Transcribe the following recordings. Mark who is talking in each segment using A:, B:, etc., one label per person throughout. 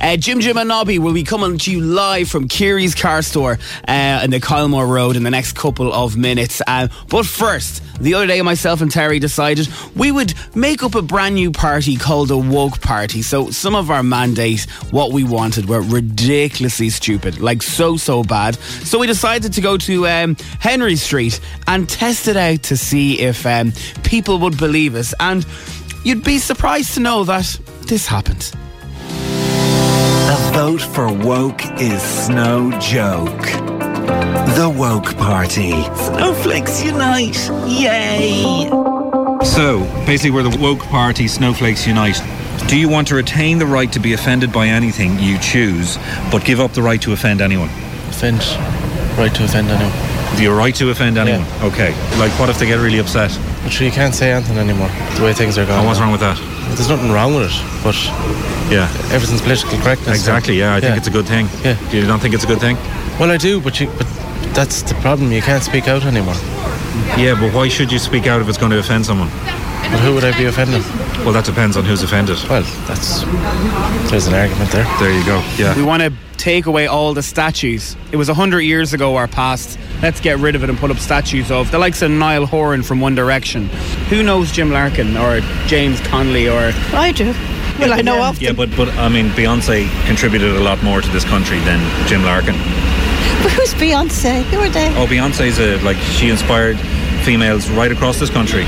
A: Uh, Jim Jim and Nobby will be coming to you live from Kiri's car store uh, in the Kylemore Road in the next couple of minutes. Uh, but first, the other day, myself and Terry decided we would make up a brand new party called a woke party. So some of our mandates, what we wanted, were ridiculously stupid, like so so bad. So we decided to go to um, Henry Street and test it out to see if um, people would believe us. And you'd be surprised to know that this happened.
B: A vote for woke is no joke. The woke party. Snowflakes unite! Yay!
C: So, basically, we're the woke party, Snowflakes Unite. Do you want to retain the right to be offended by anything you choose, but give up the right to offend anyone?
D: Offend. Right to offend anyone.
C: The right to offend anyone? Okay. Like, what if they get really upset?
D: Actually, you can't say anything anymore. The way things are going.
C: Oh, what's
D: now.
C: wrong with that?
D: There's nothing wrong with it, but
C: Yeah.
D: everything's political correctness.
C: Exactly, yeah. I think it's a good thing.
D: Yeah.
C: You don't think it's a good thing?
D: Well, I do, but you, but that's the problem. You can't speak out anymore.
C: Yeah, but why should you speak out if it's going to offend someone?
D: But who would I be offending?
C: Well, that depends on who's offended.
D: Well, that's there's an argument there.
C: There you go. Yeah.
A: We want to take away all the statues. It was 100 years ago our past. Let's get rid of it and put up statues of the likes of Niall Horan from One Direction. Who knows Jim Larkin or James Connolly or.
E: I do. Well, I know of
C: Yeah, but, but I mean, Beyonce contributed a lot more to this country than Jim Larkin.
E: But who's Beyonce? Who are they?
C: Oh, Beyonce's a, like, she inspired females right across this country.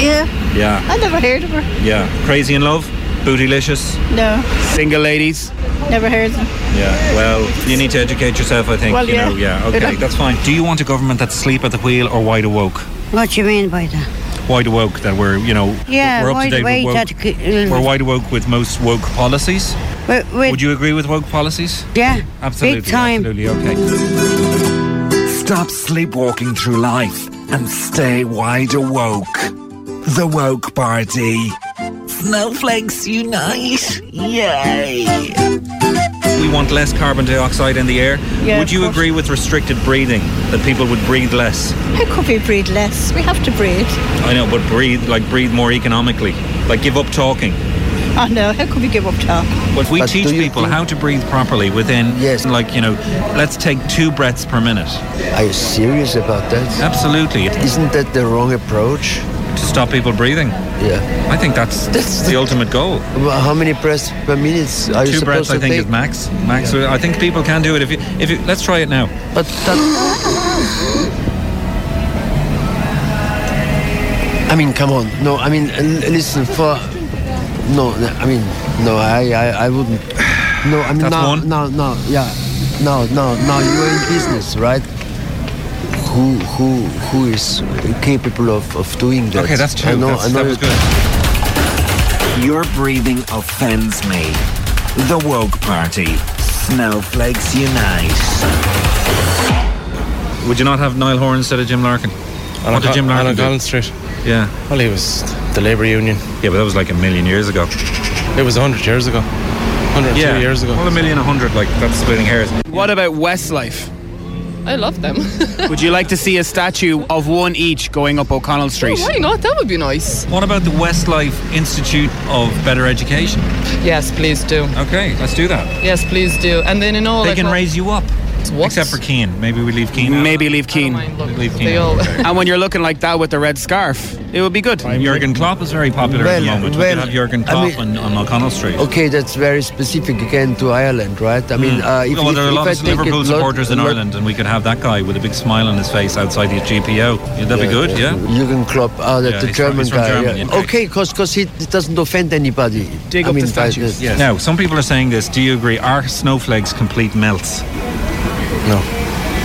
E: Yeah,
C: Yeah.
E: I never heard of her.
C: Yeah, crazy in love, bootylicious.
E: No,
A: Single ladies?
E: never heard of them.
C: Yeah. Well, you need to educate yourself, I think.
E: Well,
C: you
E: yeah.
C: know, yeah. Okay,
E: Yeah.
C: that's fine. Do you want a government that's asleep at the wheel or wide awoke?
F: What do you mean by that?
C: Wide awoke that we're, you know,
F: Yeah,
C: we're up
F: wide
C: to date
F: awake,
C: with woke.
F: that c- uh,
C: we're wide awoke with most woke policies.
F: Wi- wi-
C: Would you agree with woke policies?
F: Yeah,
C: Absolutely.
F: big time.
C: Absolutely. Okay.
B: Stop sleepwalking through life and stay wide awoke. The woke party. Snowflakes unite! Yay!
C: We want less carbon dioxide in the air.
E: Yeah,
C: would
E: of
C: you
E: course.
C: agree with restricted breathing that people would breathe less?
E: How could we breed less? We have to breed.
C: I know, but breathe like breathe more economically. Like give up talking.
E: Oh no, how could we give up talk?
C: But if we
G: But
C: teach
G: do you
C: people
G: think-
C: how to breathe properly within,
G: Yes.
C: like, you know, let's take two breaths per minute.
G: Are you serious about that?
C: Absolutely. To
G: Isn't that the wrong approach?
C: stop people breathing.
G: Yeah.
C: I think that's,
G: That's-
C: the ultimate goal.
G: Well, how many breaths per minute are you
C: two
G: supposed
C: breaths,
G: to
C: I think,
G: take?
C: is max. Max. I think people can do it. If you, if you, let's try it now.
G: But that. I mean, come on. No, I mean, l- listen. For no, no, I mean, no. I, I, I wouldn't. No, I mean,
C: That's
G: now,
C: one.
G: now, now, yeah, now, now, now. You're in business, right? Who, who, who is capable of, of doing that?
C: Okay, that's two.
G: I know,
C: That's-
G: I know
C: that was
G: you-
C: good.
B: Your breathing offends me. The woke party. Snowflakes unite.
C: Would you not have Niall Horan instead of Jim Larkin? what did Jim Larkin
D: Alan
C: do?
D: Collins Street.
C: Yeah.
D: Well, he was the Labour Union.
C: Yeah, but that was like a million years ago.
D: It was 100 years ago. 102
C: yeah.
D: years ago.
C: Well, a million, a hundred, like, that's splitting hairs.
A: What about Westlife?
H: I love them.
A: Would you like to see a statue of one each going up O'Connell Street?
H: Why not? That would be nice.
C: What about the Westlife Institute of Better Education?
H: Yes, please do.
C: Okay, let's do that.
H: Yes, please do. And then in all,
C: They
H: I
C: can
H: prob-
C: raise you up. Except for Keane. Maybe we leave Keane.
H: Maybe leave Keane.
C: Leave Keane. out.
H: and when you're looking like that with the red scarf, it would be good.
C: Jurgen Klopp is very popular at the
G: Well,
C: moment. we
G: well,
C: could have Jurgen
G: I
C: Klopp on, on O'Connell Street.
G: Okay, that's very specific again to Ireland, right? I mean, uh, if,
C: Hmm. well,
G: if,
C: there are a
G: if
C: lot
G: I
C: of
G: take
C: Liverpool
G: it lot-
C: supporters in
G: lot-
C: Ireland, and we could have that guy with a big smile on his face outside the GPO. Yeah, that'd be
G: Yeah,
C: good, yeah?
G: Jurgen Klopp, oh, that's
C: Yeah,
G: the
C: he's from-
G: German
C: he's from
G: guy.
C: Germany,
G: yeah.
C: yeah.
G: Okay, because he it doesn't offend anybody. I mean, by this.
C: Now, some people are saying this. Do you agree? Are snowflakes complete melts?
G: No.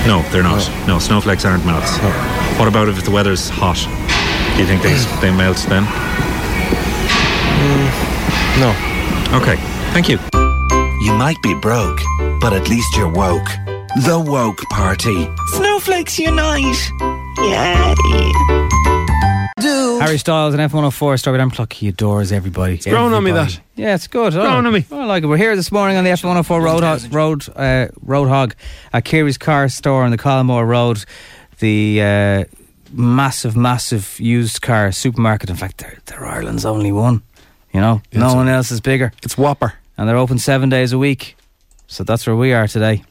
C: No, they're not. No, snowflakes aren't melts. What about if the weather's hot? Do you think they, they melt then?
G: Mm,
I: No.
C: Okay, thank you.
I: You might be broke, but at least you're woke. The Woke Party.
J: Snowflakes unite!
I: Yeah.
J: Do.
D: Harry Styles and F104 story. I'm plucky adores everybody. It's
K: grown on me, that.
D: Yeah, it's good. I like-
K: Grown on me.
D: I like it. We're here this morning on the F104 Road Road uh, Roadhog at Kerry's car store on the Colmore Road. The uh, massive, massive used car supermarket. In fact, they're, they're Ireland's only one. You know, no one else is bigger. It's Whopper, and they're open seven days a week. So that's where we are today.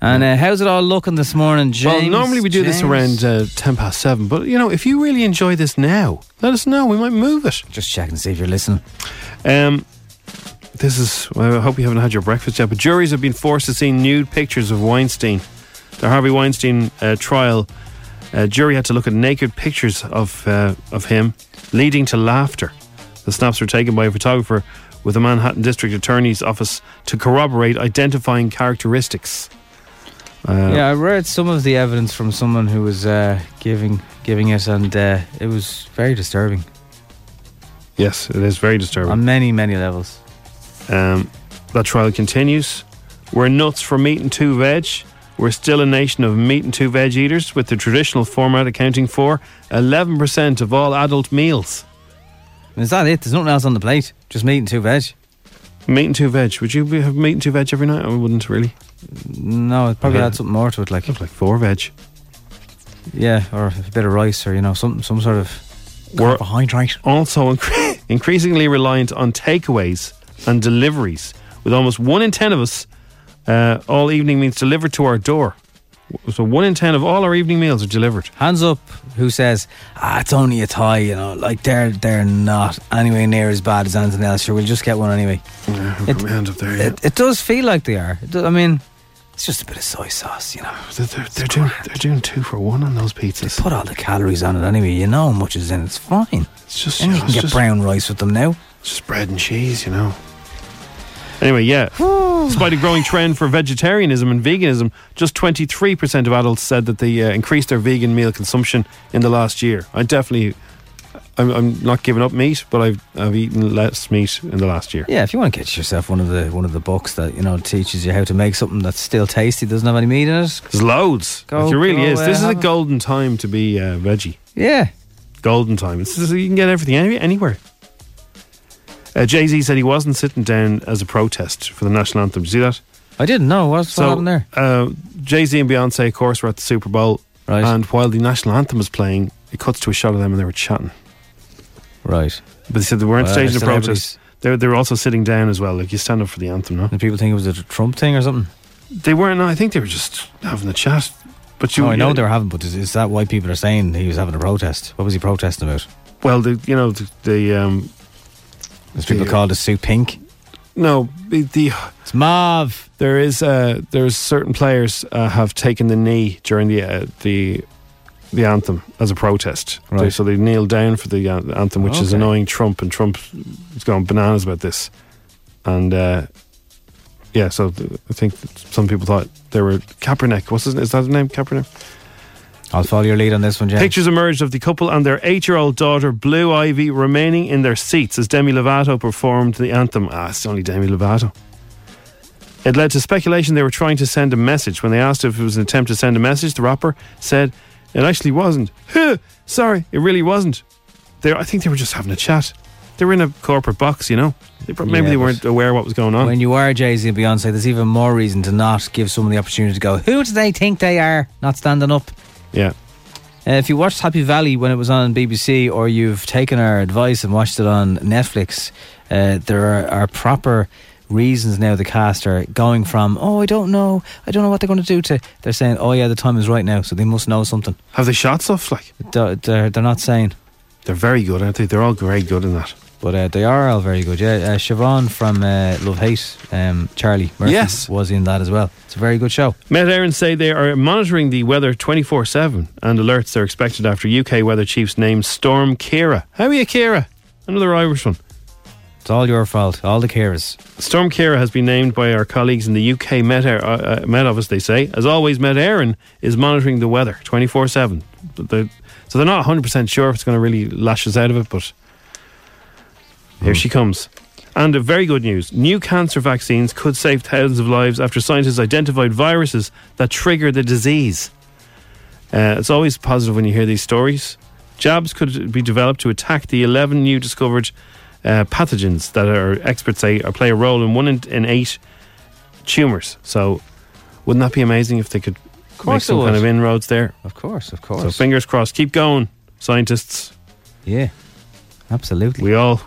D: And uh, how's it all looking this morning, James?
K: well, normally we do this
D: James?
K: around uh, 10 past 7, but you know, if you really enjoy this now, let us know. We might move it.
D: Just check and see if you're listening.
K: Um, this is, well, I hope you haven't had your breakfast yet, but juries have been forced to see nude pictures of Weinstein. The Harvey Weinstein uh, trial, uh, jury had to look at naked pictures of, uh, of him, leading to laughter. The snaps were taken by a photographer with the Manhattan District Attorney's Office to corroborate identifying characteristics. Uh,
D: yeah, I read some of the evidence from someone who was uh, giving giving it, and uh, it was very disturbing
K: Yes, it is very disturbing.
D: on many many levels.
K: Um, that trial continues. We're nuts for meat and two veg. We're still a nation of meat and two veg eaters, with the traditional format accounting for 11% of all adult meals.
D: Is that it? There's nothing else on the plate. Just meat and two veg.
K: Meat and two veg. Would you be- have meat and two veg every night? I wouldn't really.
D: No, it probably add something more to it, like
K: like four veg.
D: Yeah, or a bit of rice, or you know, some some sort of
K: We're
D: carbohydrate.
K: also incre- increasingly reliant on takeaways and deliveries, with almost one in ten of us uh, all evening meals delivered to our door. So one in ten of all our evening meals are delivered.
D: Hands up, who says ah, it's only a tie? You know, like they're they're not anywhere near as bad as anything else. Sure, we'll just get one anyway. it, it, it does feel like they are. It do- I mean, it's just a bit of soy sauce, you know.
K: They're, they're, they're doing, they're doing two for one on those pizzas.
D: put all the calories on it anyway. You know how much is in it. It's fine.
K: It's just
D: and you
K: yeah,
D: can
K: it's
D: get
K: just-
D: brown rice with them now.
K: It's just bread and cheese, you know. Anyway, yeah. Despite a growing trend for vegetarianism and veganism, just 23% of adults said that they uh, increased their vegan meal consumption in the last year. I definitely, I'm, I'm not giving up meat, but I've, I've eaten less meat in the last year.
D: Yeah, if you want to get yourself one of the one of the books that you know teaches you how to make something that's still tasty, doesn't have any meat in it.
K: There's loads.
D: Go-
K: it really
D: go,
K: is.
D: uh,
K: This is a
D: have a-
K: golden time to be uh, veggie.
D: Yeah.
K: Golden time. It's just- you can get everything any, anywhere. Uh, Jay Z said he wasn't sitting down as a protest for the national anthem. Did you see that?
D: I didn't know. What's
K: so,
D: what happened there?
K: Uh, Jay Z and Beyonce, of course, were at the Super Bowl. Right. And while the national anthem was playing, it cuts to a shot of them and they were chatting.
D: Right.
K: But they said they weren't
D: Well,
K: staging a
D: celebrities.
K: protest. They were, they were also sitting down as well. Like you stand up for the anthem, no?
D: Did people think it was a Trump thing or something?
K: They weren't. No, I think they were just having a chat. But you,
D: no, I know
K: you-
D: they were having, but is, is that why people are saying he was having a protest? What was he protesting about?
K: Well, the, you know, the, the um,
D: As people
K: the- uh,
D: called his suit pink.
K: No, the, the
D: it's Mav.
K: There is uh, there's certain players uh, have taken the knee during the uh, the the anthem as a protest.
D: Right.
K: They- so they kneel down for the an- anthem, which is
D: Okay.
K: annoying Trump, and Trump has gone bananas about this. And uh, yeah, so th- I think some people thought they were Kaepernick. What's his name? Is that his name? Kaepernick.
D: I'll follow your lead on this one, James.
K: Pictures emerged of the couple and their eight-year-old daughter, Blue Ivy, remaining in their seats as Demi Lovato performed the anthem. Ah, it's only Demi Lovato. It led to speculation they were trying to send a message. When they asked if it was an attempt to send a message, the rapper said it actually wasn't. Huh, Sorry, it really wasn't. They, I think they were just having a chat. They were in a corporate box, you know. They, prob- maybe
D: Yeah,
K: they
D: but-
K: weren't aware what was going on.
D: When you are Jay Z and Beyonce, there's even more reason to not give someone the opportunity to go, who do they think they are? Not standing up.
K: Yeah.
D: Uh, if you watched Happy Valley when it was on BBC, or you've taken our advice and watched it on Netflix, uh, there are, are proper reasons now the cast are going from, oh, I don't know, I don't know what they're going to do to, they're saying, oh, yeah, the time is right now, so they must know something.
K: Have they shot stuff? Like?
D: They're, they're not saying.
K: They're very good, aren't they? They're all very good in that.
D: But uh, they are all very good, yeah. Uh, Siobhan from uh, Love Hate, um, Charlie Murphy,
K: Yes.
D: was in that as well. It's a very good show.
K: Met Aaron say they are monitoring the weather 24 7 and alerts are expected after UK weather chiefs named Storm Kira. How are you, Kira? Another Irish one.
D: It's all your fault, all the Kiras.
K: Storm Kira has been named by our colleagues in the UK Met, Air, uh, uh, Met Office, they say. As always, Met Aaron is monitoring the weather 24 7. So they're not 100% sure if it's going to really lash us out of it, but
D: Hmm.
K: here she comes. And a very good news new cancer vaccines could save thousands of lives after scientists identified viruses that trigger the disease. Uh, it's always positive when you hear these stories. Jabs could be developed to attack the 11 new discovered uh, pathogens that our experts say are, play a role in one in, in eight tumours. So, wouldn't that be amazing if they could make
D: course
K: some
D: it
K: kind
D: would.
K: of inroads there?
D: Of course, of
K: So,
D: course.
K: fingers crossed. Keep going, scientists.
D: Yeah, absolutely.
K: We all,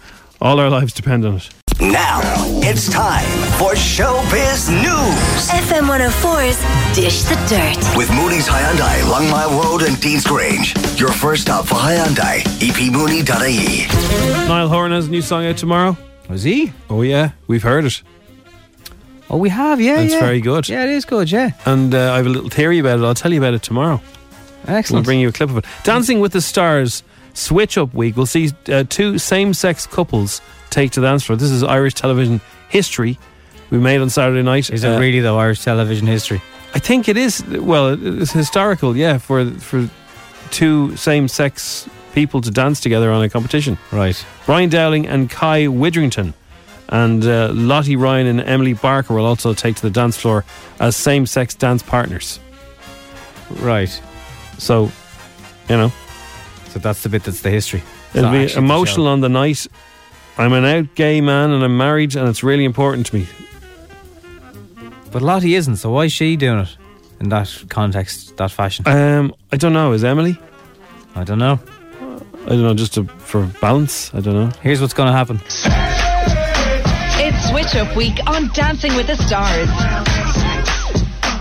K: all our lives depend on it.
L: Now it's time for Showbiz News.
F: FM 104's Dish the Dirt.
L: With Mooney's Hyundai, Longmire Road and Dean's Grange. Your first stop for Hyundai, E epmooney.ie.
K: Niall Horan has a new song out tomorrow.
D: Is he?
K: Oh yeah, we've heard it.
D: Oh, we have, yeah,
K: It's
D: yeah.
K: very good.
D: Yeah, it is good, yeah.
K: And uh, I have a little theory about it. I'll tell you about it tomorrow.
D: Excellent.
K: We'll bring you a clip of it. Dancing with the Stars Switch Up Week. We'll see uh, two same sex couples take to the dance floor. This is Irish television history we made on Saturday night. Uh,
D: Is it really, though, Irish television history?
K: I think it is. Well, it's historical, yeah, for for two same sex people to dance together on a competition.
D: Right.
K: Brian Dowling and Kai Widrington. And uh, Lottie Ryan and Emily Barker will also take to the dance floor as same sex dance partners.
D: Right.
K: So, you know.
D: So that's the bit that's the history. It's
K: It'll
D: not
K: be
D: actually the
K: emotional on the night. I'm an out gay man and I'm married and it's really important to me.
D: But Lottie isn't, so why is she doing it in that context, that fashion?
K: Um, I don't know. Is Emily?
D: I don't know.
K: I don't know, just to, for balance. I don't know.
D: Here's what's going to happen.
M: It's Switch Up Week on Dancing with the Stars.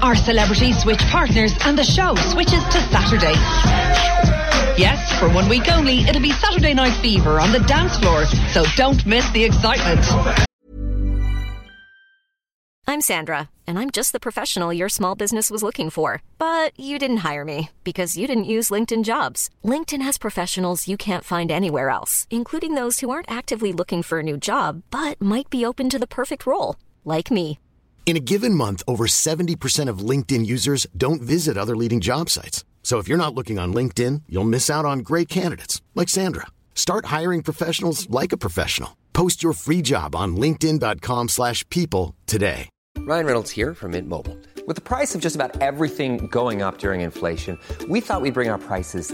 M: Our celebrities switch partners and the show switches to Saturday. Yes, for one week only, it'll be Saturday Night Fever on the dance floor, so don't miss the excitement.
N: I'm Sandra, and I'm just the professional your small business was looking for. But you didn't hire me because you didn't use LinkedIn jobs. LinkedIn has professionals you can't find anywhere else, including those who aren't actively looking for a new job but might be open to the perfect role, like me.
O: In a given month, over 70% of LinkedIn users don't visit other leading job sites. So if you're not looking on LinkedIn, you'll miss out on great candidates like Sandra. Start hiring professionals like a professional. Post your free job on linkedin.com/people slash people today.
P: Ryan Reynolds here from Mint Mobile. With the price of just about everything going up during inflation, we thought we'd bring our prices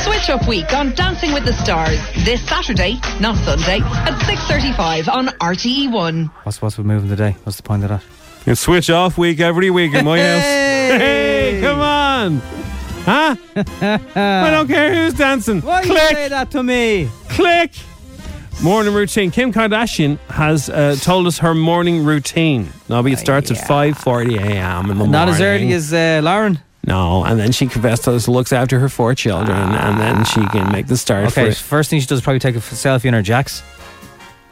M: Switch Up Week on Dancing with the Stars this Saturday, not Sunday, at 6.35 on E RTE1.
D: What's, what's we moving today? What's the point of that?
K: It's switch off week every week in my house.
D: Hey!
K: Hey, come on. Huh? I don't care who's dancing.
D: Why
K: Click.
D: you say that to me?
K: Click. Morning routine. Kim Kardashian has uh, told us her morning routine. Nobby, it starts at 5.40 a.m. in the
D: Not
K: morning.
D: as early as uh, Lauren.
K: No, and then she confessed to us, looks after her four children, and then she can make the start
D: Ah. Okay,
K: for
D: first thing she does is probably take a f- selfie in her jacks.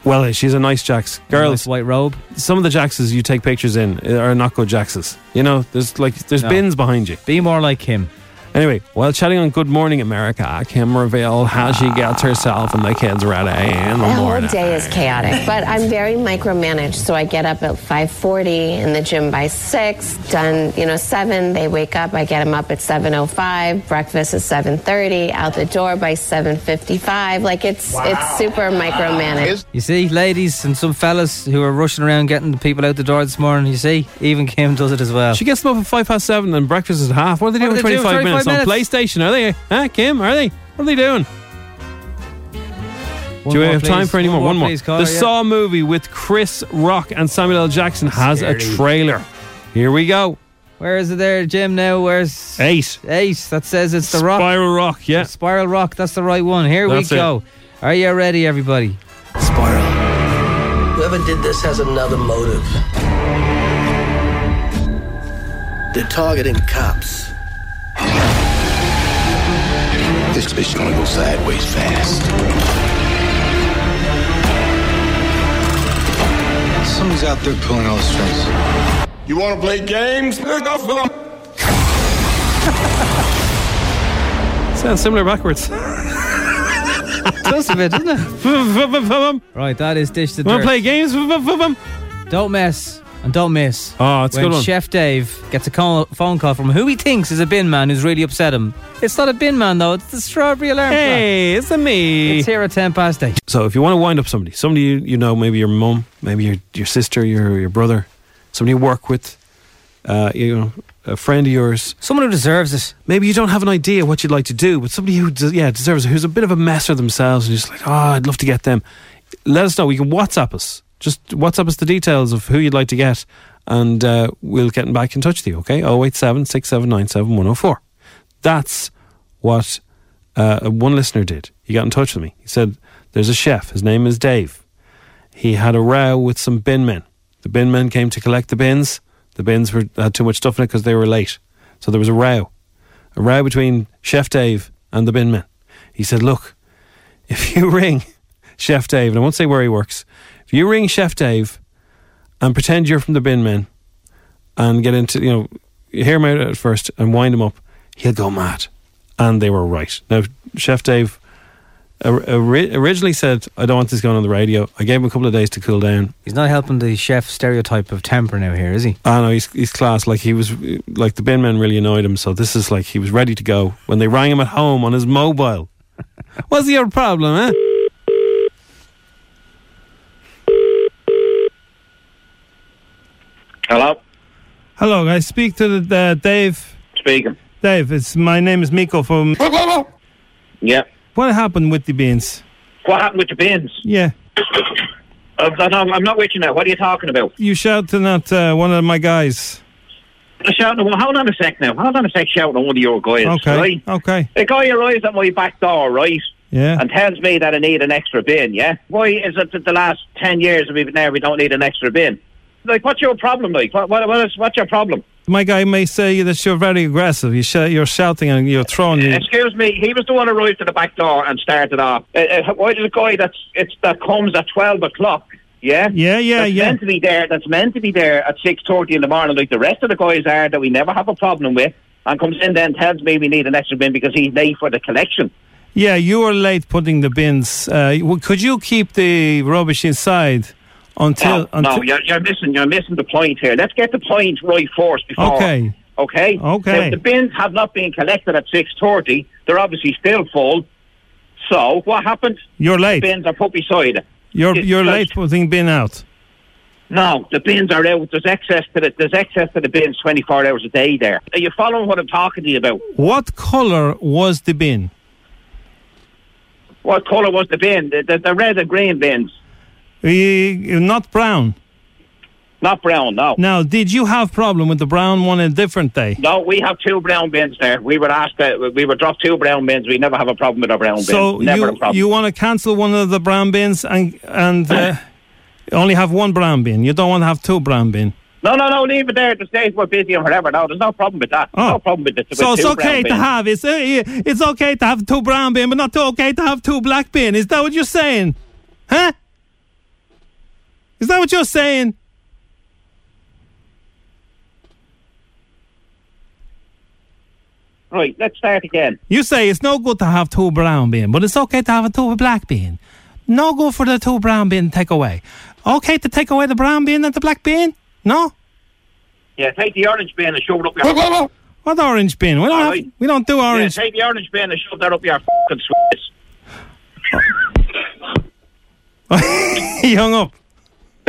K: Well, eh, she's a nice Jax. Girls.
D: white robe.
K: Some of the Jaxes you take pictures in are not good Jaxes. You know, there's like there's
D: No.
K: bins behind you.
D: Be more like him.
K: Anyway, while chatting on Good Morning America, Kim revealed how she gets herself and the kids ready in the
Q: The whole
K: morning.
Q: day is chaotic, but I'm very micromanaged. So I get up at 5:40 in the gym by six. Done, you know, seven. They wake up. I get them up at 7:05. Breakfast at 7:30. Out the door by 7:55. Like it's it's super micromanaged.
D: You see, ladies and some fellas who are rushing around getting the people out the door this morning. You see, even Kim does it as well.
K: She gets them up at five past seven and breakfast is at half. What are they doing
D: What
K: in
D: are they doing
K: 25,
D: in 25
K: minutes, on PlayStation? Are they? Huh, Kim, are they? What are they doing?
D: One
K: Do we
D: more,
K: have time
D: please.
K: for any
D: One
K: more?
D: more,
K: One more.
D: please, caller,
K: the
D: yeah.
K: Saw movie with Chris Rock and Samuel L. Jackson has a
D: Scary.
K: trailer. Here we go.
D: Where is it there, Jim? Now, where's
K: Ace?
D: Ace. That says it's the rock.
K: Spiral Rock. Yeah.
D: Spiral Rock. That's the right one. Here
R: That's
D: we
R: it.
D: go. Are you ready, everybody?
R: Whoever did this has another motive. They're targeting cops.
S: This bitch gonna go sideways fast. Someone's out there pulling all the strings.
T: You want to play games? That's
K: Sounds similar backwards.
D: Close a bit, doesn't
K: it?
D: right, that is dish the
K: Wanna
D: dirt.
K: play games?
D: don't mess and don't miss.
K: Oh, it's a
D: when
K: good one.
D: Chef Dave gets a call, phone call from who he thinks is a bin man who's really upset him. It's not a bin man though. It's the strawberry alarm.
K: Hey, it's a me.
D: It's here at ten past eight.
K: So if you want to wind up somebody, somebody you, you know, maybe your mum, maybe your your sister, your your brother, somebody you work with, uh, you know, a friend of yours,
D: someone who deserves it.
K: Maybe you don't have an idea what you'd like to do, but somebody who des- yeah deserves it, who's a bit of a messer themselves, and you're just like, oh, I'd love to get them. Let us know. You can WhatsApp us. Just WhatsApp us the details of who you'd like to get, and uh, we'll get back in touch with you. Okay, oh eight seven six seven nine seven one zero four. That's what uh, one listener did. He got in touch with me. He said, There's a chef. His name is Dave. He had a row with some bin men. The bin men came to collect the bins. The bins were, had too much stuff in it because they were late. So there was a row. A row between Chef Dave and the bin men. He said, Look, if you ring Chef Dave, and I won't say where he works, if you ring Chef Dave and pretend you're from the bin men and get into, you know, hear him out at first and wind him up, he'll go mad. And they were right. Now, Chef Dave or- ori- originally said, I don't want this going on the radio. I gave him a couple of days to cool down.
D: He's not helping the chef stereotype of temper now here, is he?
K: I know Ah, he's, he's class. Like he was, like the bin men really annoyed him. So this is like he was ready to go when they rang him at home on his mobile. What's your problem, eh?
B: Hello,
U: Hello, I speak to the uh, Dave.
B: speaking.
U: Dave, it's my name is Miko from.
B: Yeah.
U: What happened with the beans?
B: What happened with the bins?
U: Yeah,
B: I'm, I'm I'm not with you now. What are you talking about?
U: you shouting at uh, one of my guys.
B: I'm shouting. Well, hold on a sec now. Hold on a sec. Shouting at one of your guys.
U: Okay.
B: Right?
U: Okay.
B: The guy arrives at my back door, right?
U: Yeah.
B: And tells me that I need an extra bin. Yeah. Why is it that the last ten years we've been there we don't need an extra bin? Like, what's your problem? Like, what what, what is what's your problem?
U: My guy may say that you're very aggressive. You sh- you're shouting and you're throwing. your-
B: Excuse me, he was the one who arrived to the back door and started off. Uh, uh, why does a guy that's it's that comes at twelve o'clock? Yeah,
U: Yeah, yeah,
B: that's
U: yeah.
B: Meant to be there. That's meant to be there at six thirty in the morning, like the rest of the guys are that we never have a problem with. And comes in then tells me we need an extra bin because he's late for the collection.
U: Yeah, you were late putting the bins. Uh, w- could you keep the rubbish inside until?
B: no,
U: until
B: no, you're, you're missing. You're missing the point here. Let's get the point right first before.
U: okay.
B: Okay.
U: Okay.
B: Now, the bins have not been collected at six thirty. They're obviously still full. So what happened?
U: You're late.
B: The bins are put beside it.
U: You're
B: It's
U: you're
B: just-
U: late putting bin out.
B: No, the bins are out. There's access to the there's access to the bins twenty four hours a day. There, are you following what I'm talking to you about?
U: What color was the bin?
B: What colour was the bin? The, the, the red and green bins,
U: Eh, Not brown.
B: not brown. Oh, No,
U: Now, did you have problem with the brown one a different day?
B: no, we have two brown bins there. We were asked that we were dropped two brown bins. We never have a problem with our brown
U: so
B: bins. Never a
U: you
B: problem.
U: you want to cancel one of the brown bins and and uh, only have one brown bin. You don't want to have two brown bin.
B: no, no, no, leave it there. The days were busy and whatever. No, there's no problem with that. No problem with this. with
U: Oh. So it's
B: two
U: okay
B: brown
U: to
B: bins.
U: have it's uh, it's okay to have two brown bin, but not too okay to have two black bin. Is that what you're saying? Huh? Is that what you're saying?
B: Right, let's start again.
U: You say it's no good to have two brown bin, but it's okay to have a two black bin. No good for the two brown bin take away. Okay to take away the brown bin and the black bin? No?
B: Yeah, take the orange bin and shove it up your.
U: What orange bin? We don't have, we don't do orange.
B: Yeah, take the orange bin and shove that up your fucking switch.
U: he hung up.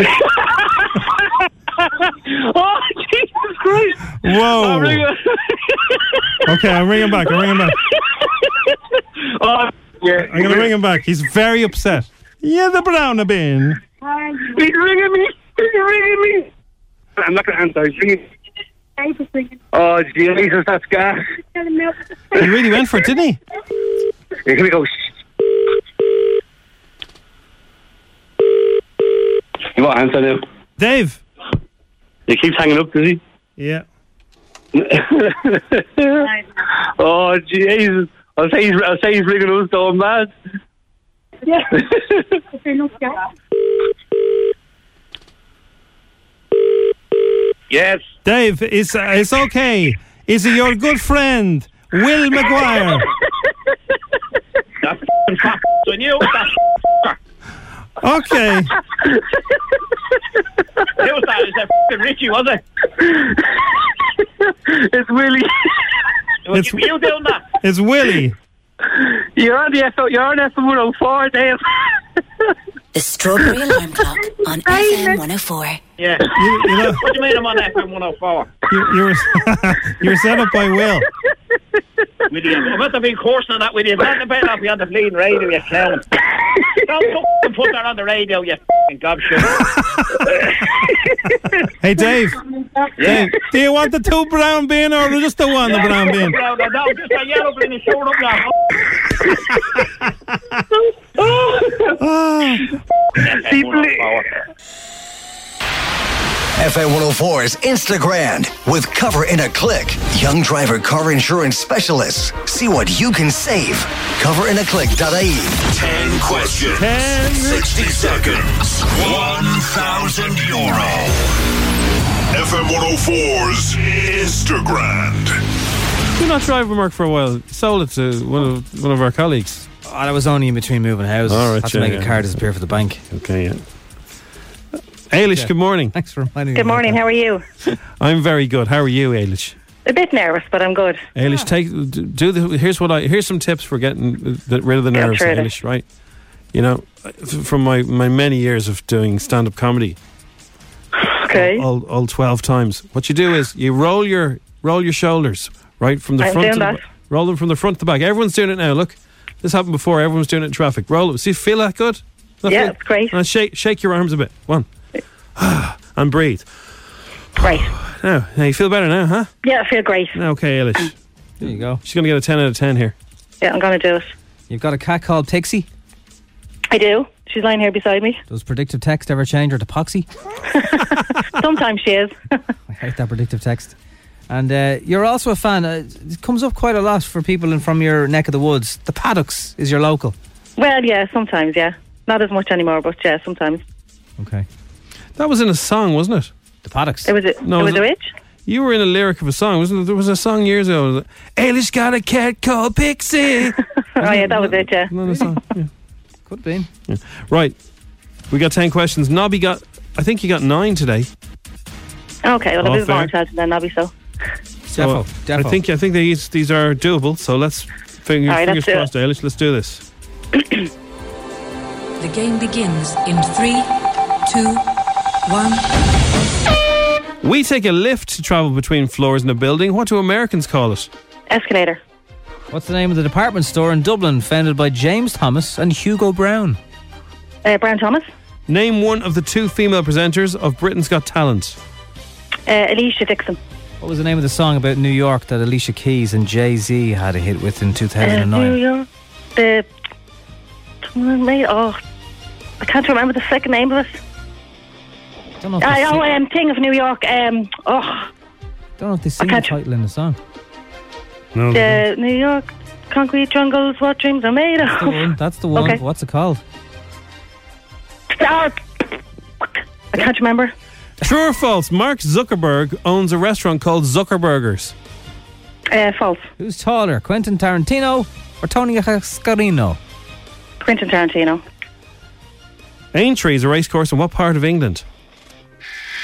B: oh, Jesus Christ!
U: Whoa.
B: Oh, ring it.
U: Okay, I'm ringing back. I'm ringing back.
B: oh, yeah.
U: I'm gonna ring him back. He's very upset. Yeah, the brown bin.
B: He's ringing me. He's ringing me. I'm not going to answer. He's ringing. Oh, Jesus, that's gas.
U: He really went for it, didn't he?
B: Here we go. You want to answer now?
U: Dave.
B: He keeps hanging up, does he?
U: Yeah.
B: oh, Jesus. I'll say he's, I'll say he's ringing us, though. I'm mad.
H: Yeah. If they're not gas.
B: Yes.
U: Dave, it's, uh, it's okay. Is it your good friend, Will McGuire?
B: So you, that
U: Okay.
B: Who was that? It was that fucking Richie, was it? it's Willie.
U: It's-
B: you, you doing that?
U: It's Willie.
B: You're on the F. You're on F. 104, Dave.
F: The Strawberry Alarm Clock on FM 104.
B: Yeah.
U: You, you know,
B: What do you mean I'm on FM 104?
U: you, you, were, you were set up by Will.
B: With you. I'm about to be coursing on that with you. That better not be on the bleeding radio, you clown. Don't fucking put that on the radio, you fucking gobshite.
U: Hey, Dave. Dave, do you want the two brown bin or just the one, the brown bin?
B: No, no, no, just a yellow bin and showed up now.
U: Ah.
L: FA 104's Instagram with cover in a click. Young driver car insurance specialists. See what you can save. Coverinaclick.ie.
S: 10 questions. 60 seconds. 1,000 euro. FM 104's Instagram.
U: Do not drive a Merc for a while. Sold it to one of one of our colleagues.
D: Oh, that was only in between moving houses.
U: All right,
D: Had to
U: yeah,
D: make
U: yeah.
D: a car disappear for the bank.
U: Okay, yeah. Ailish,
D: Yeah.
U: good morning.
D: Thanks for reminding me.
H: Good morning. How are you?
U: I'm very good. How are you, Ailish?
H: A bit nervous, but I'm good.
U: Ailish, take d- do the here's what I here's some tips for getting the, rid of the
H: Yeah,
U: nerves,
H: sure it is.
U: Ailish. Right, you know, f- from my my many years of doing stand up comedy,
H: Okay.
U: all, all twelve times. What you do is you roll your roll your shoulders right from the
H: I'm
U: front.
H: doing
U: to the,
H: that.
U: ba- roll them from the front to the back. Everyone's doing it now. Look, this happened before. Everyone's doing it in traffic. Roll them. See, feel that good? That
H: Yeah,
U: feel-
H: it's great.
U: And shake shake your arms a bit. One, and breathe.
H: Right.
U: Now, now you feel better now, huh?
H: Yeah, I feel great.
U: Okay, Eilish.
D: There you go.
U: She's going to get a 10 out of 10 here.
H: Yeah, I'm going to do it.
D: You've got a cat called Pixie.
H: I do. She's lying here beside me.
D: Does predictive text ever change her to Poxy?
H: Sometimes she is.
D: I hate that predictive text. And uh, you're also a fan. Uh, it comes up quite a lot for people in from your neck of the woods. The Paddocks is your local.
H: well, yeah, sometimes, yeah. Not as much anymore, but yeah, sometimes.
D: Okay.
U: That was in a song, wasn't it?
D: The Paddocks.
H: It was a,
U: No,
H: it was
U: is it-
H: a witch.
U: You were in a lyric of a song, wasn't it? There was a song years ago. that, Eilish got a cat called Pixie.
H: Oh, yeah, that was it, yeah.
U: Another song. Yeah.
D: Could have been.
U: Right. We got 10 questions. Nobby got, I think he got nine today.
H: Okay, well,
U: Oh,
H: it was
U: fair.
H: more intelligent than Nobby, so.
U: So
D: Defo. Defo.
U: I think I think these these are doable. So let's finger,
H: All right,
U: fingers
H: let's do
U: crossed, Eilish. Let's do this.
V: The game begins in three, two, one.
U: We take a lift to travel between floors in a building. What do Americans call it?
H: Escalator.
D: What's the name of the department store in Dublin founded by James Thomas and Hugo Brown?
H: Uh, Brown Thomas.
U: Name one of the two female presenters of Britain's Got Talent.
H: Uh, Alicia Dixon.
D: What was the name of the song about New York that Alicia Keys and Jay Z had a hit with in
H: Uh,
D: 2009?
H: New York. The. Oh, I can't remember the second name of it.
D: don't know if
H: I,
D: they
H: oh,
D: sing,
H: um, King of New York. Um, oh,
D: don't know if they sing the
H: can't you-
D: title in the song.
U: No.
H: the er New York concrete jungles, what dreams are made
D: er That's
H: of.
D: the one. That's the one.
H: Okay.
D: What's it called?
H: Oh, Can't you remember?
K: True or false? Mark Zuckerberg owns a restaurant called Zuckerbergers.
H: Uh, false.
D: Who's taller, Quentin Tarantino or Tony Scarino?
H: Quentin Tarantino.
K: Aintree is a racecourse in what part of England?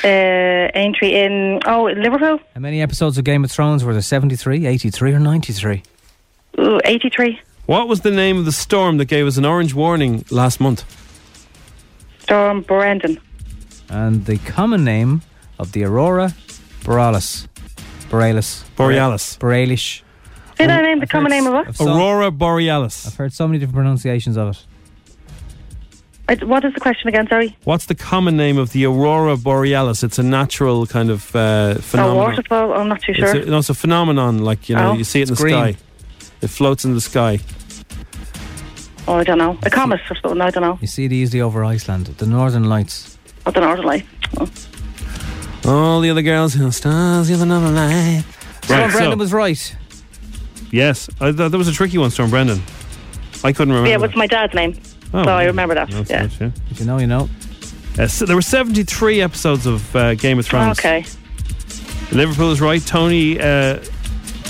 H: Uh, entry in oh Liverpool.
D: How many episodes of Game of Thrones were there? 73, 83 or 93?
H: Ooh, 83.
K: What was the name of the storm that gave us an orange warning last month?
H: Storm Brandon.
D: And the common name of the Aurora Borealis. Borealis.
K: Borealis.
D: Borealish.
H: Say that name, the common name of
D: I've
H: what?
D: so-
K: Aurora Borealis.
D: I've heard so many different pronunciations of it.
H: I- What is the question again? Sorry.
K: What's the common name of the Aurora Borealis? It's a natural kind of uh,
H: Oh,
K: phenomenon.
H: waterfall. I'm not too
K: It's
H: sure.
K: a, no, it's a phenomenon. Like you know,
H: Oh.
K: you see it in
H: It's
K: the
H: green.
K: sky. It floats in the sky.
H: oh, I don't know. A comet or something. I don't know.
D: You see it easily over Iceland, the Northern Lights.
H: I don't know. I don't like.
K: All the other girls who stars, the other number nine.
D: Storm Brendan was right.
K: Yes, I, th- that was a tricky one, Storm Brendan. I couldn't remember.
H: Yeah,
K: that.
H: what's my dad's name?
K: Oh,
H: so I
K: yeah.
H: remember that.
K: That's
H: yeah.
K: it, yeah.
D: If you know, you know.
K: Uh, so there were 73 episodes of uh, Game of Thrones.
H: Okay.
K: Liverpool is right. Tony uh,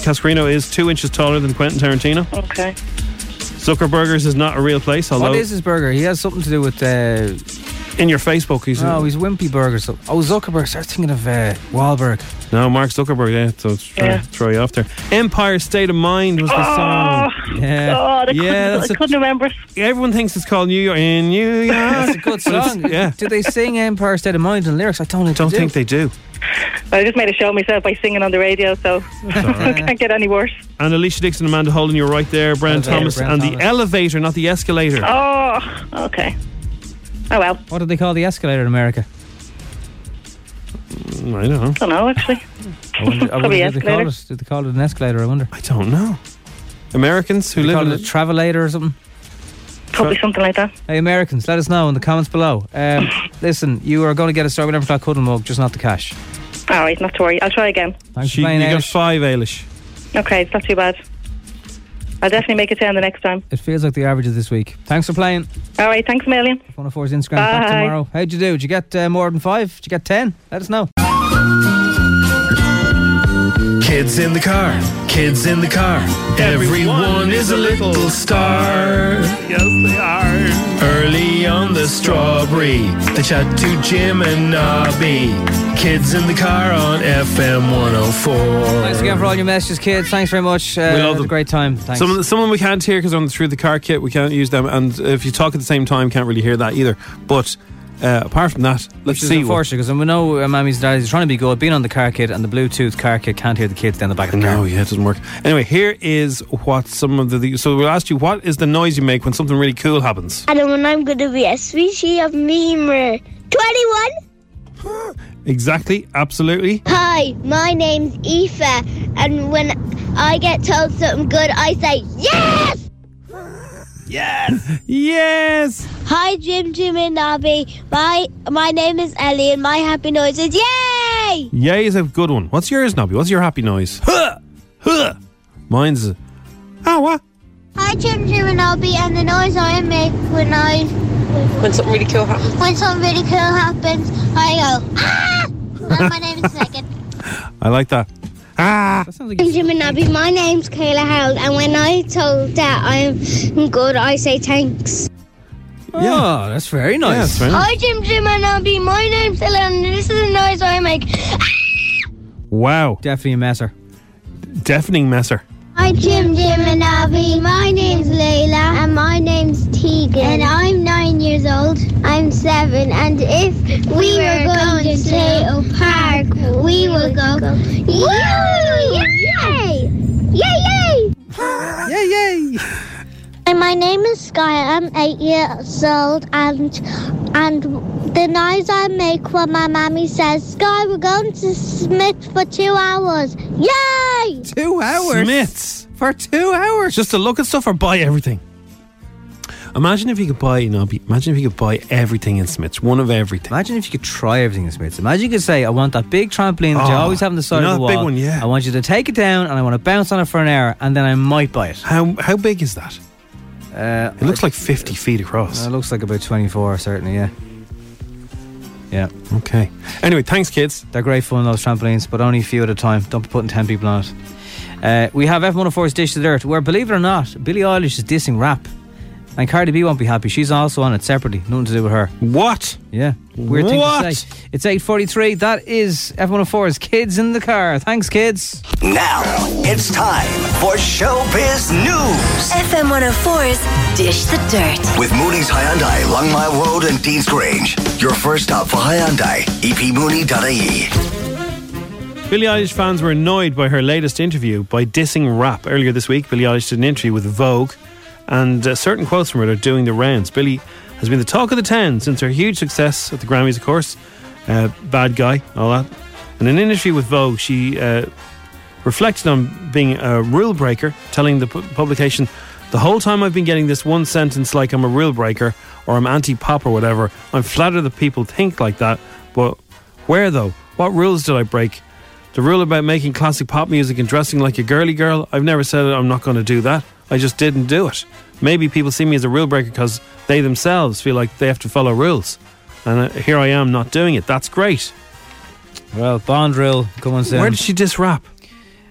K: Cascarino is two inches taller than Quentin Tarantino.
H: Okay.
K: Zuckerbergers is not a real place, although.
D: what is his burger? He has something to do with. Uh,
K: In your Facebook, he's.
D: no, he's Wimpy Burger. So, oh, Zuckerberg. Start thinking of uh, Wahlberg.
K: No, Mark Zuckerberg, yeah, so it's trying
D: Yeah.
K: to throw you off there. Empire State of Mind was the song. Yeah,
H: God, I
K: yeah
H: Oh. couldn't,
K: that's
H: I
K: a-
H: couldn't remember.
K: everyone thinks it's called New York. In New York.
D: That's a good
K: But it's-
D: song.
K: Yeah.
D: Do they sing Empire State of Mind in lyrics? I don't think
K: Don't
D: they do.
K: think they do.
H: I just made a show myself by singing on the radio, so I can't get any worse.
K: And Alicia Dixon, Amanda Holden, you're right there. Brandon
H: Elevator,
K: Thomas,
H: Brian
K: and the
D: Thomas.
K: elevator, not the escalator.
H: Oh, okay. Oh well,
D: What do they call the escalator in America?
K: Mm, I don't know.
H: I don't know actually.
D: I wonder, I wonder
H: Probably
D: did they call
H: escalator.
D: it? Did they call it an escalator? I wonder. I
K: don't know. Americans who
D: they
K: live
D: call
K: in
D: it a travelator or something.
H: Probably something like that.
D: Hey, Americans, let us know in the comments below. Um, listen, you are going to get a Strawberry Clock Cuddle mug, just not the cash.
H: All right, not to worry. I'll try again.
D: Thanks
K: She,
D: for
K: you
D: playing,
K: got
D: Eilish.
K: five, Ailish.
H: Okay, it's not too bad. I'll definitely make it down the next time.
D: It feels like the average of this week. Thanks for playing.
H: All right, thanks a million.
D: 104's Instagram back
H: Bye.
D: tomorrow. How'd you do? Did you get uh, more than five? Did you get ten? Let us know.
S: Kids in the car, kids in the car. Everyone is a little star. Yes, they are. Early on the strawberry, they chat to Jim and Nobby. Kids in the car on FM 104.
D: Thanks again for all your messages, kids. Thanks very much. Uh,
K: We love
D: had
K: them.
D: a great time. Thanks.
K: Some, someone we can't hear because on the through the car kit we can't use them, and if you talk at the same time, can't really hear that either. But uh, apart from that, let's
D: Which is
K: see. what-
D: unfortunate because we know uh, Mammy's dad is trying to be good, being on the car kit, and the Bluetooth car kit can't hear the kids down the back of the car.
S: Oh,
K: No, yeah, it doesn't work. Anyway, here is what some of the, the so we'll ask you what is the noise you make when something really cool happens.
I: And when I'm going to be a species of memur. 21?
K: Exactly, absolutely.
I: Hi, my name's Aoife, and when I get told something good, I say, Yes! Yes!
K: yes!
I: Hi, Jim, Jim, and Nobby. My, my name is Ellie, and my happy noise is Yay!
K: Yay is a good one. What's yours, Nobby? What's your happy noise? Huh! Huh! Mine's
I: Oh, what? Hi, Jim, Jim, and Nobby, and the noise I make when I. When something really cool happens. When something really cool happens, I go, Ah! And my name is Megan.
K: I like that. Ah!
I: Jim and Abby, my name's Kayla Harold, and when I told that I'm good, I say thanks.
D: Oh, that's very nice.
I: Hi, Jim, Jim, and Abby, my name's Ellen, and this is the noise I make.
K: Wow.
D: Definitely a messer.
K: Deafening messer.
I: Hi, Jim, Jim, and Abby, my name's Layla, and my name's Tegan, and I'm nine years old. I'm seven, and if we, were, going, to Slato Park, we would go, Yay! Yay! Yay! Yay! Yay! Hi, my name is Sky. I'm eight years old, and and the noise I make when my mammy says, "Sky, we're going to Smith for two hours." Yay!
D: Two hours.
K: Smiths.
D: For two hours.
K: Just to look at stuff or buy everything. Imagine if you could buy, you know, be- imagine if you could buy everything in Smiths, one of everything.
D: Imagine if you could try everything in Smiths. Imagine you could say, I want that big trampoline that you
K: Oh,
D: always have on the side
K: you know
D: of the
K: that
D: wall.
K: big one, yeah.
D: I want you to take it down and I want to bounce on it for an hour and then I might buy it.
K: How how big is that?
D: Uh,
K: it looks like 50 feet across.
D: It looks like about 24, certainly, yeah. Yeah.
K: Okay. Anyway, thanks, kids.
D: They're great fun, those trampolines, but only a few at a time. Don't be putting 10 people on it. Uh, we have F104's Dish to the Dirt, where, believe it or not, Billie Eilish is dissing rap. And Cardi B won't be happy. She's also on it separately. Nothing to do with her.
K: What?
D: Yeah. Weird thing
K: What?
D: to say. It's 8.43. That is F104's Kids in the Car. Thanks, kids.
L: Now it's time for Showbiz News
F: FM 104's Dish the Dirt.
L: with Mooney's Hyundai, Longmire Road, and Dean's Grange. Your first stop for Hyundai, E epmooney.ie.
K: Billie Eilish fans were annoyed by her latest interview by dissing rap. Earlier this week, Billie Eilish did an interview with Vogue, and uh, certain quotes from her are doing the rounds. Billie has been the talk of the town since her huge success at the Grammys, of course. Uh, bad guy, all that. And in an interview with Vogue, she uh, reflected on being a rule breaker, telling the pu- publication, The whole time I've been getting this one sentence like I'm a rule breaker or I'm anti pop or whatever, I'm flattered that people think like that. But where though? What rules did I break? The rule about making classic pop music and dressing like a girly girl, I've never said I'm not going to do that. I just didn't do it. Maybe people see me as a rule breaker because they themselves feel like they have to follow rules. And uh, here I am not doing it. That's great.
D: Well, Bond Rule, come on,
K: Where did she diss rap?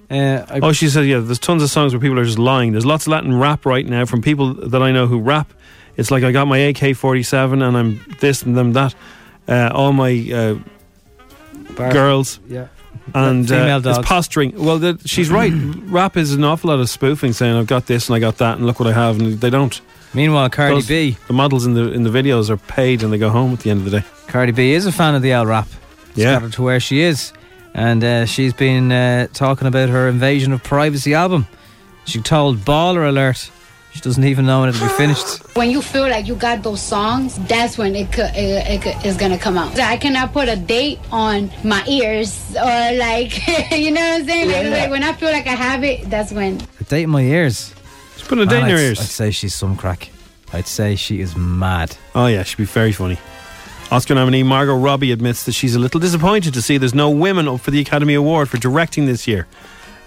D: Uh, I-
K: oh, she said, yeah, there's tons of songs where people are just lying. There's lots of Latin rap right now from people that I know who rap. It's like I got my AK 47 and I'm this and them that. Uh, all my uh,
D: Bar-
K: girls.
D: Yeah.
K: And
D: Female
K: uh, it's
D: dogs.
K: posturing. Well, the, she's right. rap is an awful lot of spoofing, saying I've got this and I got that, and look what I have, and they don't.
D: Meanwhile, Cardi B,
K: the models in the in the videos are paid, and they go home at the end of the day.
D: Cardi B is a fan of the L rap. It's
K: Yeah.
D: got her to where she is. And uh, she's been uh, talking about her Invasion of Privacy album. She told Baller Alert she doesn't even know when it'll be finished.
C: When you feel like you got those songs, that's when it, could, it, it could, is gonna come out. I cannot put a date on my ears or like, you know what I'm saying? Like,
D: Yeah.
C: like, when I feel like I have it, that's when.
D: A date in my ears.
K: She's putting a date in
D: Man,
K: her
D: I'd-
K: ears.
D: I'd say she's some crack. I'd say she is mad.
K: Oh yeah, she'd be very funny. Oscar nominee Margot Robbie admits that she's a little disappointed to see there's no women up for the Academy Award for directing this year.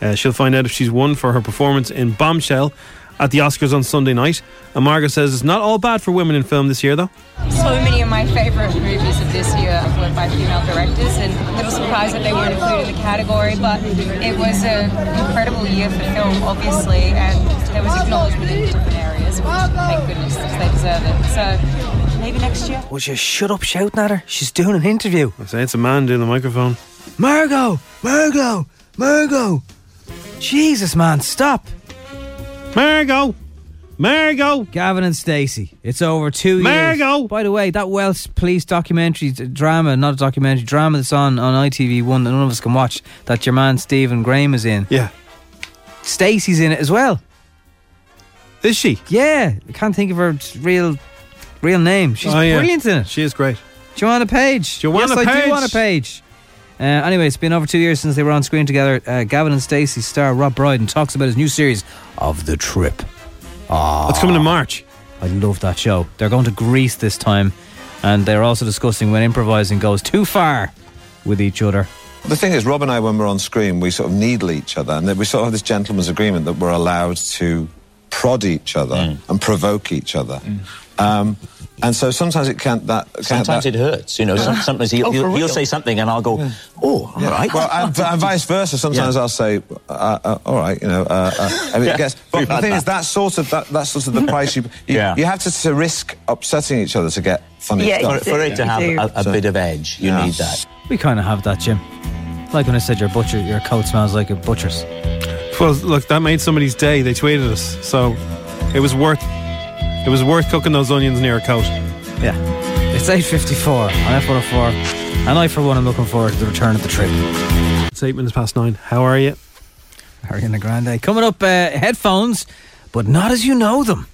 K: Uh, she'll find out if she's won for her performance in Bombshell at the Oscars on Sunday night. And Margot says it's not all bad for women in film this year, though.
W: So many of my favorite movies of this year were by female directors, and a little surprised that they weren't included in the category. But it was an incredible year for film, obviously, and there was acknowledgement in different areas, which thank goodness 'cause they deserve it. So maybe next year.
D: Would you shut up shouting at her? She's doing an interview.
K: I say it's a man doing the microphone.
D: Margot! Margot! Margot! Jesus, man, stop!
K: Margot! Margot!
D: Gavin and Stacey. It's over two years.
K: Margot!
D: By the way, that Welsh police documentary d- drama, not a documentary, drama that's on, on ITV1 that none of us can watch, that your man Stephen Graham is in.
K: Yeah.
D: Stacey's in it as well.
K: Is she?
D: Yeah. I can't think of her t- real real name. She's
K: Oh, yeah.
D: brilliant in it.
K: She is great.
D: Joanna Page.
K: Joanna
D: yes, I
K: Page.
D: do want a page. Uh, anyway, it's been over two years since they were on screen together. Uh, Gavin and Stacey star Rob Brydon talks about his new series of the trip. Ah,
K: it's coming in March.
D: I love that show. They're going to Greece this time, and they're also discussing when improvising goes too far with each other.
X: The thing is, Rob and I, when we're on screen, we sort of needle each other, and that we sort of have this gentleman's agreement that we're allowed to prod each other
G: Mm.
X: and provoke each other. Um, and so sometimes it can't that. Can't
G: Sometimes
X: that-
G: it hurts, you know. some- Sometimes he'll,
X: Oh, for
G: he'll, he'll
X: real?
G: say something, and I'll go, "Oh, all
X: Yeah.
G: right."
X: Well, and, and vice versa. Sometimes I'll say, uh, uh, "All right," you know. Uh, uh, and it
G: Yeah.
X: gets. But
G: We've
X: the
G: had
X: thing
G: that.
X: is, that's sort of that, that's sort of the price you you,
G: Yeah.
X: you have to, to risk upsetting each other to get funny
G: Yeah,
X: stuff.
G: you For- for do, it to you have do. a- a bit of edge, you need that.
D: We kind of have that, Jim. Like when I said your butcher, your coat smells like a butcher's.
K: Well, look, that made somebody's day. They tweeted us, so it was worth it was worth cooking those onions near a coat.
D: Yeah, it's eight fifty four on F one hundred four, and I for one am looking forward to the return of the trip.
K: It's eight minutes past nine. How are you?
D: Ariana Grande coming up. Uh, headphones, but not as you know them.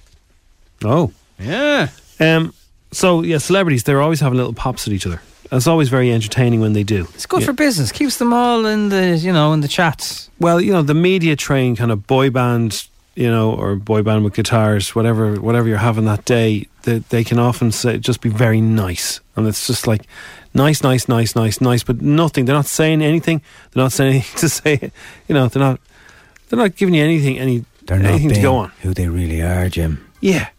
K: Oh.
D: Yeah.
K: Um. So yeah, celebrities they're always having little pops at each other. It's always very entertaining when they do.
D: It's good for business. Keeps them all in the you know in the chats.
K: Well, you know the media train kind of boy band, you know, or boy band with guitars, whatever, whatever you're having that day. They, they can often say just be very nice, and it's just like nice, nice, nice, nice, nice, but nothing. They're not saying anything. They're not saying anything to say. You know, they're not. They're not giving you anything. Any.
D: They're
K: anything to
D: being
K: go on.
D: Who they really are, Jim.
K: Yeah.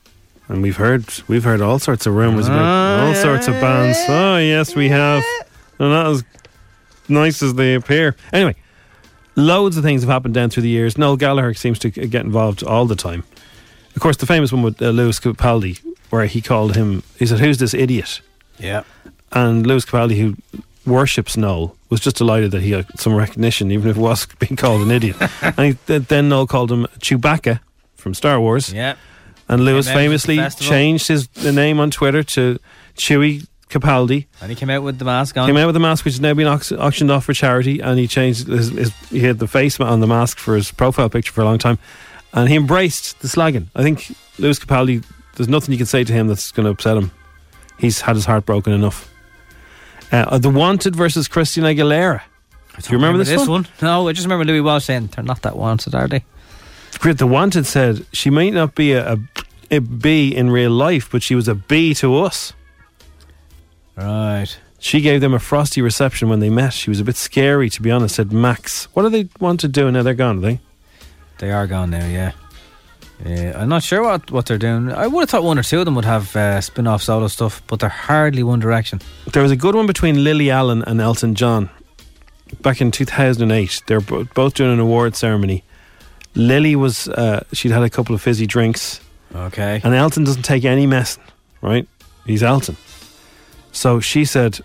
K: And we've heard we've heard all sorts of rumors about all sorts of bands. Oh yes, we have. They're not as nice as they appear. Anyway, loads of things have happened down through the years. Noel Gallagher seems to get involved all the time. Of course, the famous one with uh, Lewis Capaldi, where he called him. He said, "Who's this idiot?"
P: Yeah.
K: And Lewis Capaldi, who worships Noel, was just delighted that he got some recognition, even if it was being called an idiot. and he, th- then Noel called him Chewbacca from Star Wars.
D: Yeah.
K: And Lewis
D: Came out at the
K: famously
D: festival.
K: changed his the name on Twitter to Chewy Capaldi.
D: And he came out with the mask on.
K: Came out with a mask which has now been aux- auctioned off for charity, and he changed his, his he had the face ma- on the mask for his profile picture for a long time, and he embraced the slagging. I think Lewis Capaldi, there's nothing you can say to him that's going to upset him. He's had his heart broken enough. Uh, the Wanted versus Christina Aguilera. Do you remember, this, one?
D: No, I just remember Louis Walsh saying, they're not that wanted, are they?
K: Grit the Wanted said she might not be a, a, a bee in real life, but she was a bee to us.
D: Right.
K: She gave them a frosty reception when they met. She was a bit scary, to be honest, said Max. What do they want to do now? They're gone, are they?
D: They are gone now, yeah. Yeah, I'm not sure what, what they're doing. I would have thought one or two of them would have uh, spin off solo stuff, but they're hardly One Direction.
K: There was a good one between Lily Allen and Elton John back in 2008. They were bo- both doing an award ceremony. Lily was, uh, she'd had a couple of fizzy drinks.
D: Okay.
K: And Elton doesn't take any messing, right? He's Elton. So she said,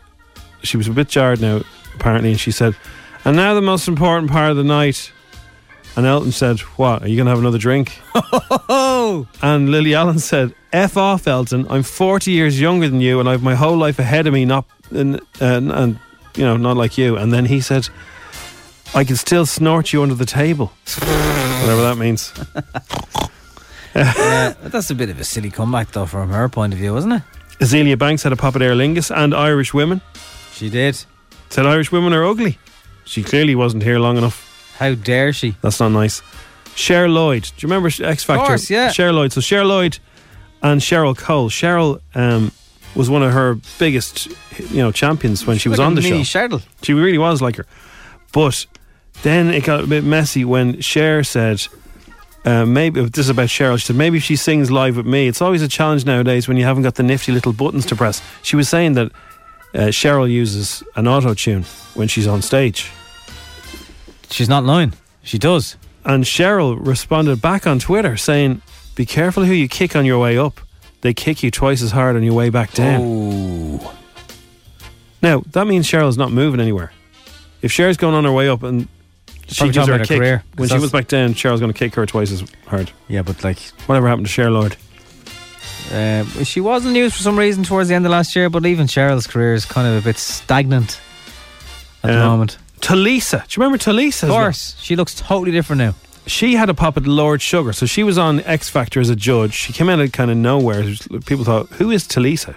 K: she was a bit jarred now, apparently, and she said, and now the most important part of the night. And Elton said, What? Are you going to have another drink? and Lily Allen said, F off, Elton. I'm 40 years younger than you and I've my whole life ahead of me, not, and, and, and you know, not like you. And then he said, I can still snort you under the table. Whatever that means.
D: yeah, Uh, but that's a bit of a silly comeback, though, from her point of view, isn't it?
K: Azealia Banks had a pop at Aer Lingus and Irish women.
D: She did.
K: Said Irish women are ugly. She clearly wasn't here long enough.
D: How dare she?
K: That's not nice. Cher Lloyd. Do you remember X Factor?
D: course, yeah.
K: Cher Lloyd. So Cher Lloyd and Cheryl Cole. Cheryl um, was one of her biggest, you know, champions when she, was
D: like
K: on
D: a
K: the
D: mini
K: show.
D: Cheryl.
K: She really was like her. But then it got a bit messy when Cher said, uh, maybe this is about Cheryl. She said maybe if she sings live with me. It's always a challenge nowadays when you haven't got the nifty little buttons to press. She was saying that uh, Cheryl uses an auto tune when she's on stage.
D: She's not lying. She does.
K: And Cheryl responded back on Twitter saying, "Be careful who you kick on your way up. They kick you twice as hard on your way back down." Now that means Cheryl's not moving anywhere. If Cheryl's going on her way up and she
D: probably talking
K: gives her a
D: about her
K: kick,
D: career, 'cause
K: when she
D: that's-
K: was back down, Cheryl's going to kick her twice as hard.
D: Yeah, but like
K: whatever happened to Cher Lloyd?
D: Uh, she was in the news for some reason towards the end of last year, but even Cheryl's career is kind of a bit stagnant at the
K: Um,
D: moment.
K: Talisa, do you remember Talisa?
D: Of course, she looks totally different now.
K: She had a pop at Lord Sugar, so she was on X Factor as a judge. She came out of kind of nowhere. It was- People thought, "Who is Talisa?"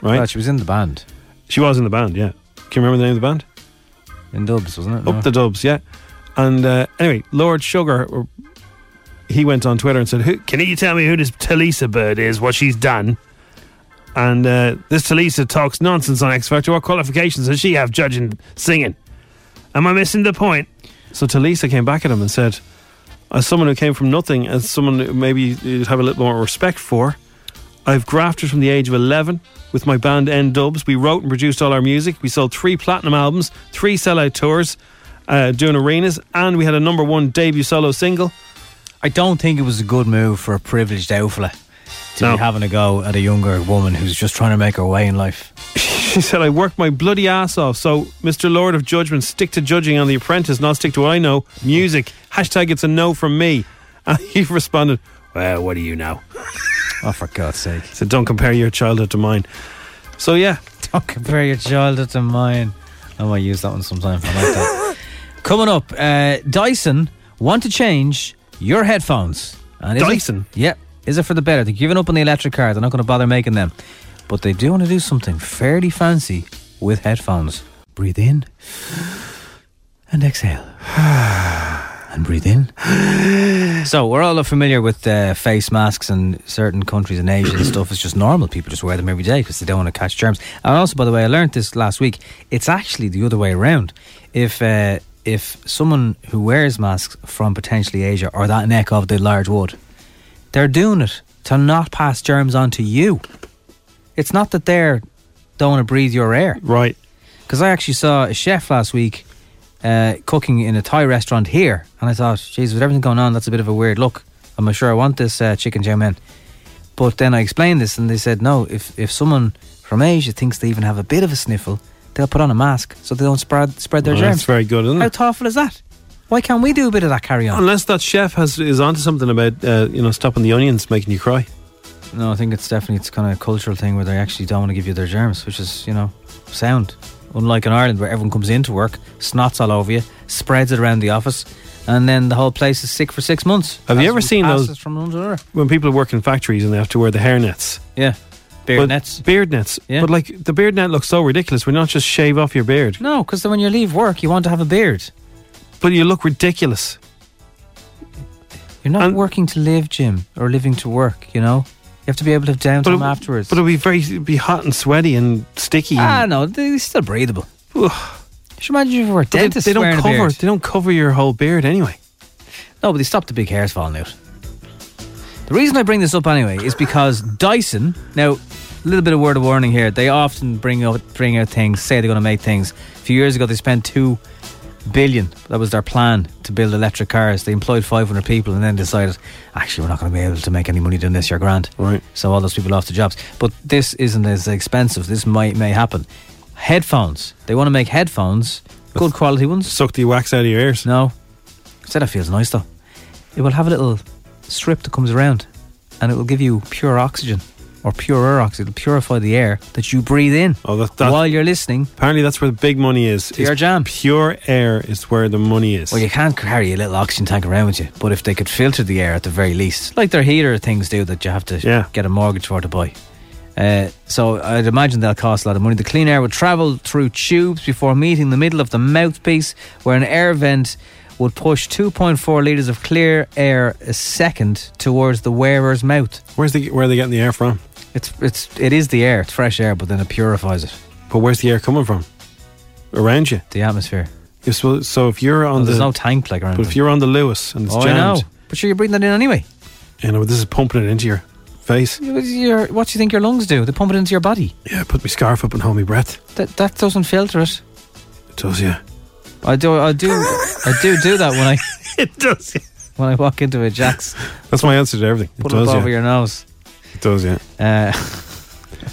K: Right?
D: Well, she was in the band.
K: She was in the band. Yeah. Can you remember the name of the band?
D: In Dubs, wasn't it? No.
K: Up the Dubs, yeah. And uh, anyway, Lord Sugar, or- he went on Twitter and said, who, "Can you tell me who this Talisa bird is? What she's done?" And uh, this Talisa talks nonsense on X Factor. What qualifications does she have judging singing? Am I missing the point? So Talisa came back at him and said, "As someone who came from nothing, as someone who maybe you'd have a little more respect for." I've grafted from the age of 11 with my band N Dubs. We wrote and produced all our music. We sold three platinum albums, three sellout tours, uh, doing arenas, and we had a number one debut solo single.
D: I don't think it was a good move for a privileged outfella to be having a go at a younger woman who's just trying to make her way in life.
K: She said, I worked my bloody ass off. So, Mr. Lord of Judgment, stick to judging on The Apprentice, not stick to what I know. Music. Hashtag it's a no from me. And he responded, Well, what do you know?
D: Oh, for God's sake.
K: So, don't compare your childhood to mine. So, yeah.
D: Don't compare your childhood to mine. I might use that one sometime. I like that. Coming up, uh, Dyson want to change your headphones. And is it-
K: Dyson?
D: yeah. Is it for the better? They're giving up on the electric car. They're not going to bother making them. But they do want to do something fairly fancy with headphones. Breathe in and exhale. And breathe in. So we're all familiar with uh, face masks in certain countries in Asia and stuff. It's just normal. People just wear them every day because they don't want to catch germs. And also, by the way, I learned this last week. It's actually the other way around. If uh, if someone who wears masks from potentially Asia or that neck of the large wood, they're doing it to not pass germs on to you. It's not that they're don't want to breathe your air.
K: Right.
D: Because I actually saw a chef last week uh, cooking in a Thai restaurant here, and I thought, geez, with everything going on, that's a bit of a weird look. I'm not sure I want this uh, chicken chow mein. But then I explained this, and they said, no, if, if someone from Asia thinks they even have a bit of a sniffle, they'll put on a mask so they don't spread spread their
K: Well,
D: germs.
K: that's very good, isn't it?
D: How thoughtful is that? Why can't we do a bit of that carry on?
K: Unless that chef has is onto something about uh, you know stopping the onions making you cry.
D: No, I think it's definitely it's kind of a cultural thing where they actually don't want to give you their germs, which is you know sound. Unlike in Ireland where everyone comes into work, snots all over you, spreads it around the office, and then the whole place is sick for six months.
K: Have you
D: As
K: ever
D: we
K: seen
D: pass
K: those-
D: it From one to another.
K: When people work in factories and they have to wear the hairnets.
D: Yeah, beard
K: But-
D: nets.
K: Beard nets.
D: Yeah.
K: But like the beard net looks so ridiculous. We're not just shave off your beard.
D: No, because when you leave work, you want to have a beard.
K: But you look ridiculous.
D: You're not working to live, Jim, or living to work. You know, you have to be able to have
K: But
D: downtime
K: it-
D: afterwards.
K: But it'll be very it'd be hot and sweaty and sticky.
D: ah,
K: And,
D: no, they- it's still breathable. Just imagine if you were a
K: But they-
D: dentist.
K: they don't
D: wearing a
K: cover-
D: beard.
K: they don't cover your whole beard anyway.
D: No, but they stop the big hairs falling out. The reason I bring this up anyway is because Dyson. Now, a little bit of word of warning here. They often bring out bring out things, say they're going to make things. A few years ago, they spent two billion. That was their plan to build electric cars. They employed 500 people and then decided, actually, we're not going to be able to make any money doing this. You're grand. Right. So all those people lost their jobs. But this isn't as expensive. This might may happen. Headphones. They want to make headphones, good quality ones.
K: Suck the wax out of your ears.
D: No. Said that feels nice though. It will have a little strip that comes around, and it will give you pure oxygen or purer oxygen. It'll purify the air that you breathe in.
K: Oh, that, that,
D: while you're listening.
K: Apparently, that's where the big money is.
D: To your jam.
K: Pure air is where the money is.
D: Well, you can't carry a little oxygen tank around with you, but if they could filter the air at the very least, like their heater things do that you have to get a mortgage for to buy. Uh, so I'd imagine that'll cost a lot of money. The clean air would travel through tubes before meeting the middle of the mouthpiece, where an air vent would push 2.4 litres of clear air a second towards the wearer's mouth.
K: Where's the where are they getting the air from?
D: It's it's it is the air. It's fresh air, but then it purifies it.
K: But where's the air coming from? Around you.
D: The atmosphere.
K: You're supposed, so if you're on
D: No,
K: the
D: there's no tank like around
K: But
D: them.
K: if you're on the Lewis and it's
D: Oh, I
K: jammed,
D: know. But sure, you're breathing that in anyway.
K: you know this is pumping it into your face.
D: Your, what do you think your lungs do? They pump it into your body.
K: Yeah, put my scarf up and hold my breath.
D: That that doesn't filter it.
K: It does, yeah.
D: I do. I do. I do do that when I.
K: it does.
D: When I walk into a Jack's,
K: That's my answer to everything. It
D: put
K: does,
D: up over
K: yeah.
D: your nose.
K: It does, yeah.
D: Uh,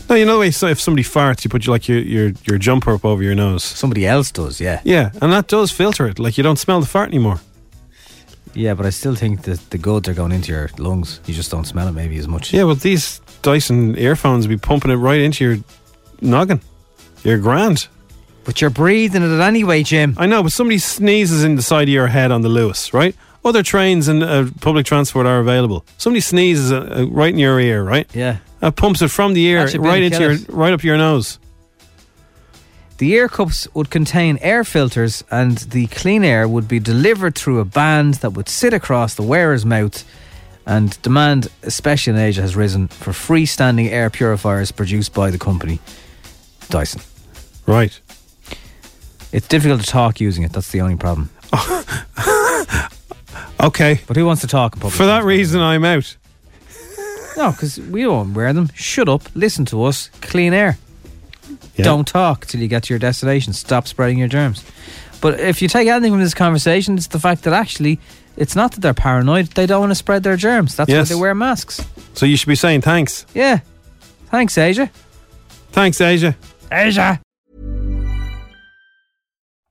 K: no, you know the way. So if somebody farts, you put your like your your, your jumper up over your nose.
D: Somebody else does, yeah.
K: Yeah, and that does filter it. Like you don't smell the fart anymore.
D: Yeah, but I still think that the goods are going into your lungs. You just don't smell it maybe as much.
K: Yeah, well, these Dyson earphones be pumping it right into your noggin. You're grand.
D: But you're breathing it anyway, Jim.
K: I know, but somebody sneezes in the side of your head on the Lewis, right? Other trains and uh, public transport are available. Somebody sneezes uh, uh, right in your ear, right?
D: Yeah.
K: That pumps it from the ear
D: That should be
K: right
D: the
K: into your
D: killers.
K: right up your nose.
D: The air cups would contain air filters, and the clean air would be delivered through a band that would sit across the wearer's mouth. And demand, especially in Asia, has risen for freestanding air purifiers produced by the company Dyson.
K: Right.
D: It's difficult to talk using it. That's the only problem.
K: okay.
D: But who wants to talk in public?
K: For that reason, I'm out.
D: No, because we don't wear them. Shut up, listen to us, clean air. Don't talk till you get to your destination. Stop spreading your germs. But if you take anything from this conversation, it's the fact that actually it's not that they're paranoid, they don't want to spread their germs. That's
K: Yes.
D: why they wear masks.
K: So you should be saying thanks.
D: Yeah. Thanks, Asia.
K: Thanks, Asia.
D: Asia.